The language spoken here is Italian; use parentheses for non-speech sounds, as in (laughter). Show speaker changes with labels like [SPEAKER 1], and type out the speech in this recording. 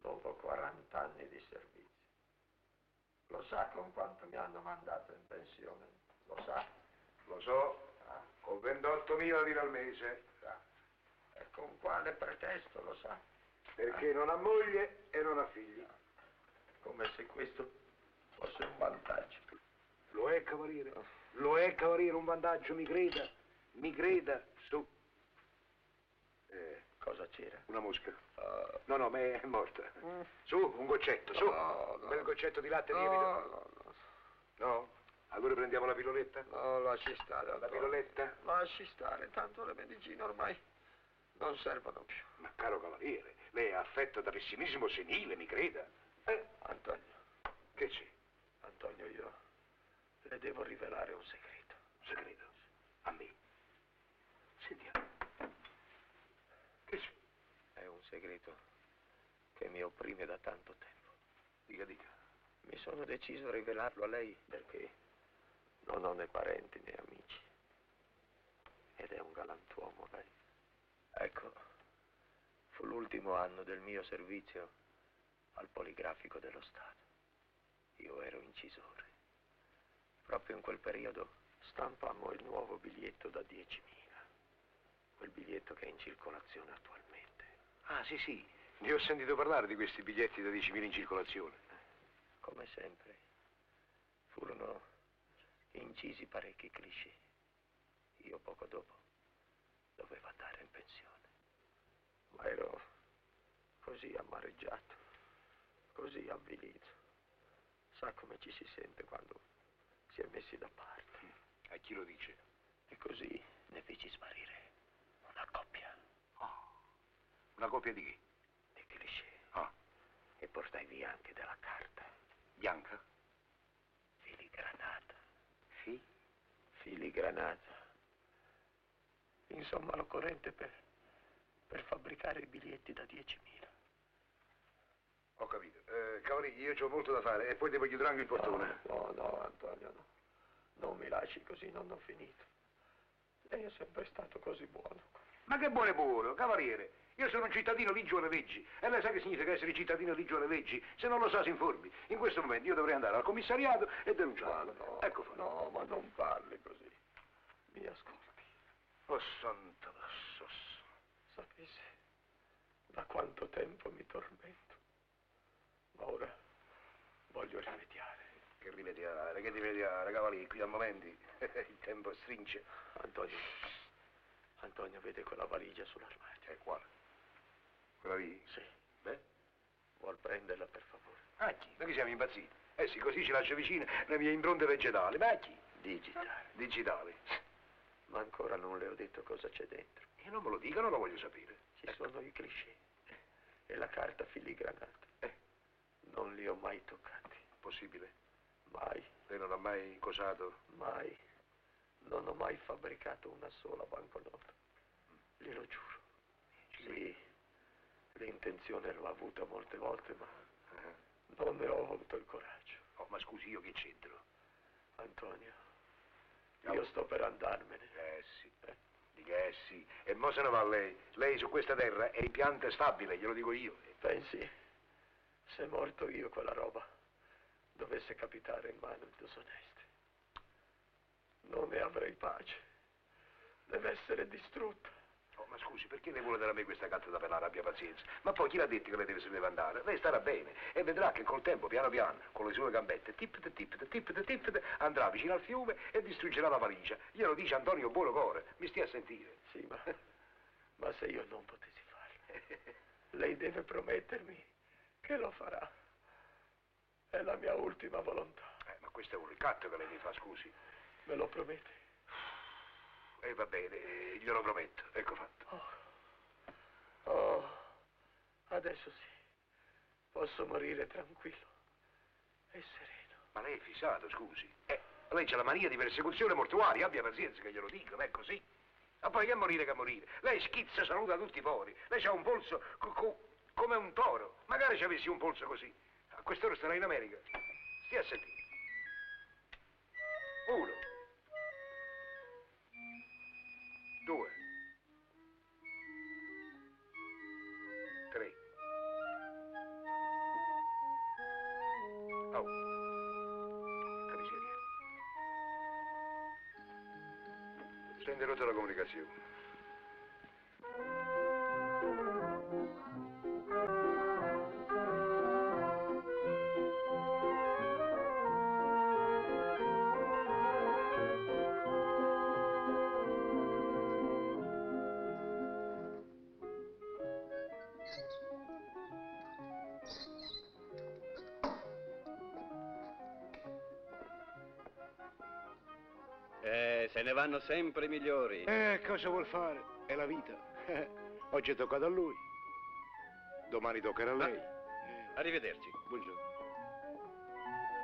[SPEAKER 1] dopo 40 anni di servizio. Lo sa con quanto mi hanno mandato in pensione? Lo sa?
[SPEAKER 2] Lo so,
[SPEAKER 1] Ah,
[SPEAKER 2] con 28.000 lire al mese,
[SPEAKER 1] sa. E con quale pretesto lo sa?
[SPEAKER 2] perché non ha moglie e non ha figli.
[SPEAKER 1] Come se questo fosse un vantaggio.
[SPEAKER 2] Lo è, cavaliere, lo è, cavaliere, un vantaggio, mi creda, mi creda, su. Eh,
[SPEAKER 1] Cosa c'era?
[SPEAKER 2] una mosca.
[SPEAKER 1] Ah,
[SPEAKER 2] No, no, ma è morta. Su, un goccetto, su.
[SPEAKER 1] No, no.
[SPEAKER 2] Un bel goccetto di latte
[SPEAKER 1] no,
[SPEAKER 2] lievito.
[SPEAKER 1] no, no,
[SPEAKER 2] No? Allora prendiamo la pilloletta?
[SPEAKER 1] no, lasci stare.
[SPEAKER 2] La
[SPEAKER 1] Antonio.
[SPEAKER 2] pilloletta?
[SPEAKER 1] Lasci stare, tanto le medicine ormai non servono più.
[SPEAKER 2] Ma caro cavaliere, lei è affetto da pessimismo senile, mi creda. Eh,
[SPEAKER 1] Antonio,
[SPEAKER 2] che c'è?
[SPEAKER 1] Antonio, io le devo rivelare un segreto.
[SPEAKER 2] Segreto. A me. Sentiamo. Che c'è?
[SPEAKER 1] È un segreto che mi opprime da tanto tempo.
[SPEAKER 2] Dica, dica.
[SPEAKER 1] Mi sono deciso a rivelarlo a lei perché non ho né parenti né amici. Ed è un galantuomo lei. Ecco, fu l'ultimo anno del mio servizio al poligrafico dello Stato. Io ero incisore. Proprio in quel periodo stampammo il nuovo biglietto da 10.000. Quel biglietto che è in circolazione attualmente.
[SPEAKER 2] Ah, sì, sì. Ne ho sentito parlare di questi biglietti da 10.000 in circolazione.
[SPEAKER 1] Come sempre, furono incisi parecchi cliché. Io poco dopo dovevo andare in pensione. Ma ero così amareggiato, così avvilito. Sa come ci si sente quando si è messi da parte.
[SPEAKER 2] A chi lo dice?
[SPEAKER 1] E così ne feci sparire una coppia
[SPEAKER 2] Oh. Una copia di chi?
[SPEAKER 1] di cliché.
[SPEAKER 2] Ah.
[SPEAKER 1] E portai via anche della carta,
[SPEAKER 2] Bianca?
[SPEAKER 1] filigranata.
[SPEAKER 2] Sì.
[SPEAKER 1] filigranata. Insomma, lo corrente per, per fabbricare i biglietti da 10.000.
[SPEAKER 2] Ho capito. Eh, cavaliere, io ho molto da fare e poi devo chiudere anche il portone.
[SPEAKER 1] No, no, Antonio, no. Non mi lasci così, non ho finito. Lei è sempre stato così buono.
[SPEAKER 2] Ma che buono e buono, cavaliere. Io sono un cittadino di Veggi e lei sa che significa essere cittadino di Veggi? Se non lo sa si informi. In questo momento io dovrei andare al commissariato e denunciarlo.
[SPEAKER 1] no,
[SPEAKER 2] ecco fatto.
[SPEAKER 1] no, ma non parli così. Mi ascolti.
[SPEAKER 2] Oh, santo possosso.
[SPEAKER 1] Sapesse da quanto tempo mi tormento. Ma ora voglio rimediare.
[SPEAKER 2] Che rivediare, che rivediare, cavaliere, qui a momenti (laughs) il tempo stringe.
[SPEAKER 1] Antonio, Antonio vede quella valigia sull'armadio.
[SPEAKER 2] E quale? Quella lì?
[SPEAKER 1] Sì,
[SPEAKER 2] Beh?
[SPEAKER 1] vuol prenderla per favore.
[SPEAKER 2] A Ah, chi? Noi che siamo impazziti. Eh sì, così ci lascia vicine le mie impronte vegetali. Ma a chi?
[SPEAKER 1] Digitale.
[SPEAKER 2] Digitali.
[SPEAKER 1] Ma ancora non le ho detto cosa c'è dentro.
[SPEAKER 2] E non me lo dica, non lo voglio sapere.
[SPEAKER 1] Ci sono i cliché e la carta filigranata. Eh, non li ho mai toccati.
[SPEAKER 2] Possibile.
[SPEAKER 1] Mai,
[SPEAKER 2] Lei non ha mai cosato
[SPEAKER 1] mai. Non ho mai fabbricato una sola banconota. Glielo giuro. Sì, l'intenzione l'ho avuta molte volte, ma non ne ho avuto il coraggio.
[SPEAKER 2] Eh, Oh, ma scusi, io che c'entro?
[SPEAKER 1] Antonio, io sto per andarmene.
[SPEAKER 2] Eh sì, dica eh sì. E mo se ne va lei. Lei su questa terra è in pianta stabile, glielo dico io.
[SPEAKER 1] Pensi, se morto io quella roba dovesse capitare in mano ai disonesti, non ne avrei pace. Deve essere distrutta.
[SPEAKER 2] Oh, ma scusi, perché lei vuole dare a me questa carta da pelare? Abbia pazienza. Ma poi chi l'ha detto che lei deve, se deve andare? Lei starà bene e vedrà che col tempo, piano piano, con le sue gambette, tippete, tippete, tippete, tippete, andrà vicino al fiume e distruggerà la valigia. Glielo dice Antonio Buonocore. Mi stia a sentire.
[SPEAKER 1] Sì, ma, ma se io non potessi farlo, lei deve promettermi che lo farà. È la mia ultima volontà.
[SPEAKER 2] Eh, ma questo è un ricatto che lei mi fa, scusi.
[SPEAKER 1] Me lo promette?
[SPEAKER 2] E va bene, eh, glielo prometto. Ecco fatto.
[SPEAKER 1] Oh. Oh. Adesso sì. Posso morire tranquillo e sereno.
[SPEAKER 2] Ma lei è fissato, scusi. Eh, lei c'ha la mania di persecuzione mortuaria, abbia pazienza che glielo dico, ma è così. Ma poi che morire che morire? Lei schizza, saluta tutti i pori. Lei ha un polso co- co- come un toro. Magari ci avessi un polso così. A quest'ora starà in America. Stia a sentire. Uno. Due. Tre. interrotta la comunicazione.
[SPEAKER 3] Eh, se ne vanno sempre i migliori.
[SPEAKER 2] Eh, cosa vuol fare? È la vita. (laughs) Oggi è toccato a lui. Domani toccherà a lei.
[SPEAKER 3] Arrivederci.
[SPEAKER 2] Eh, buongiorno.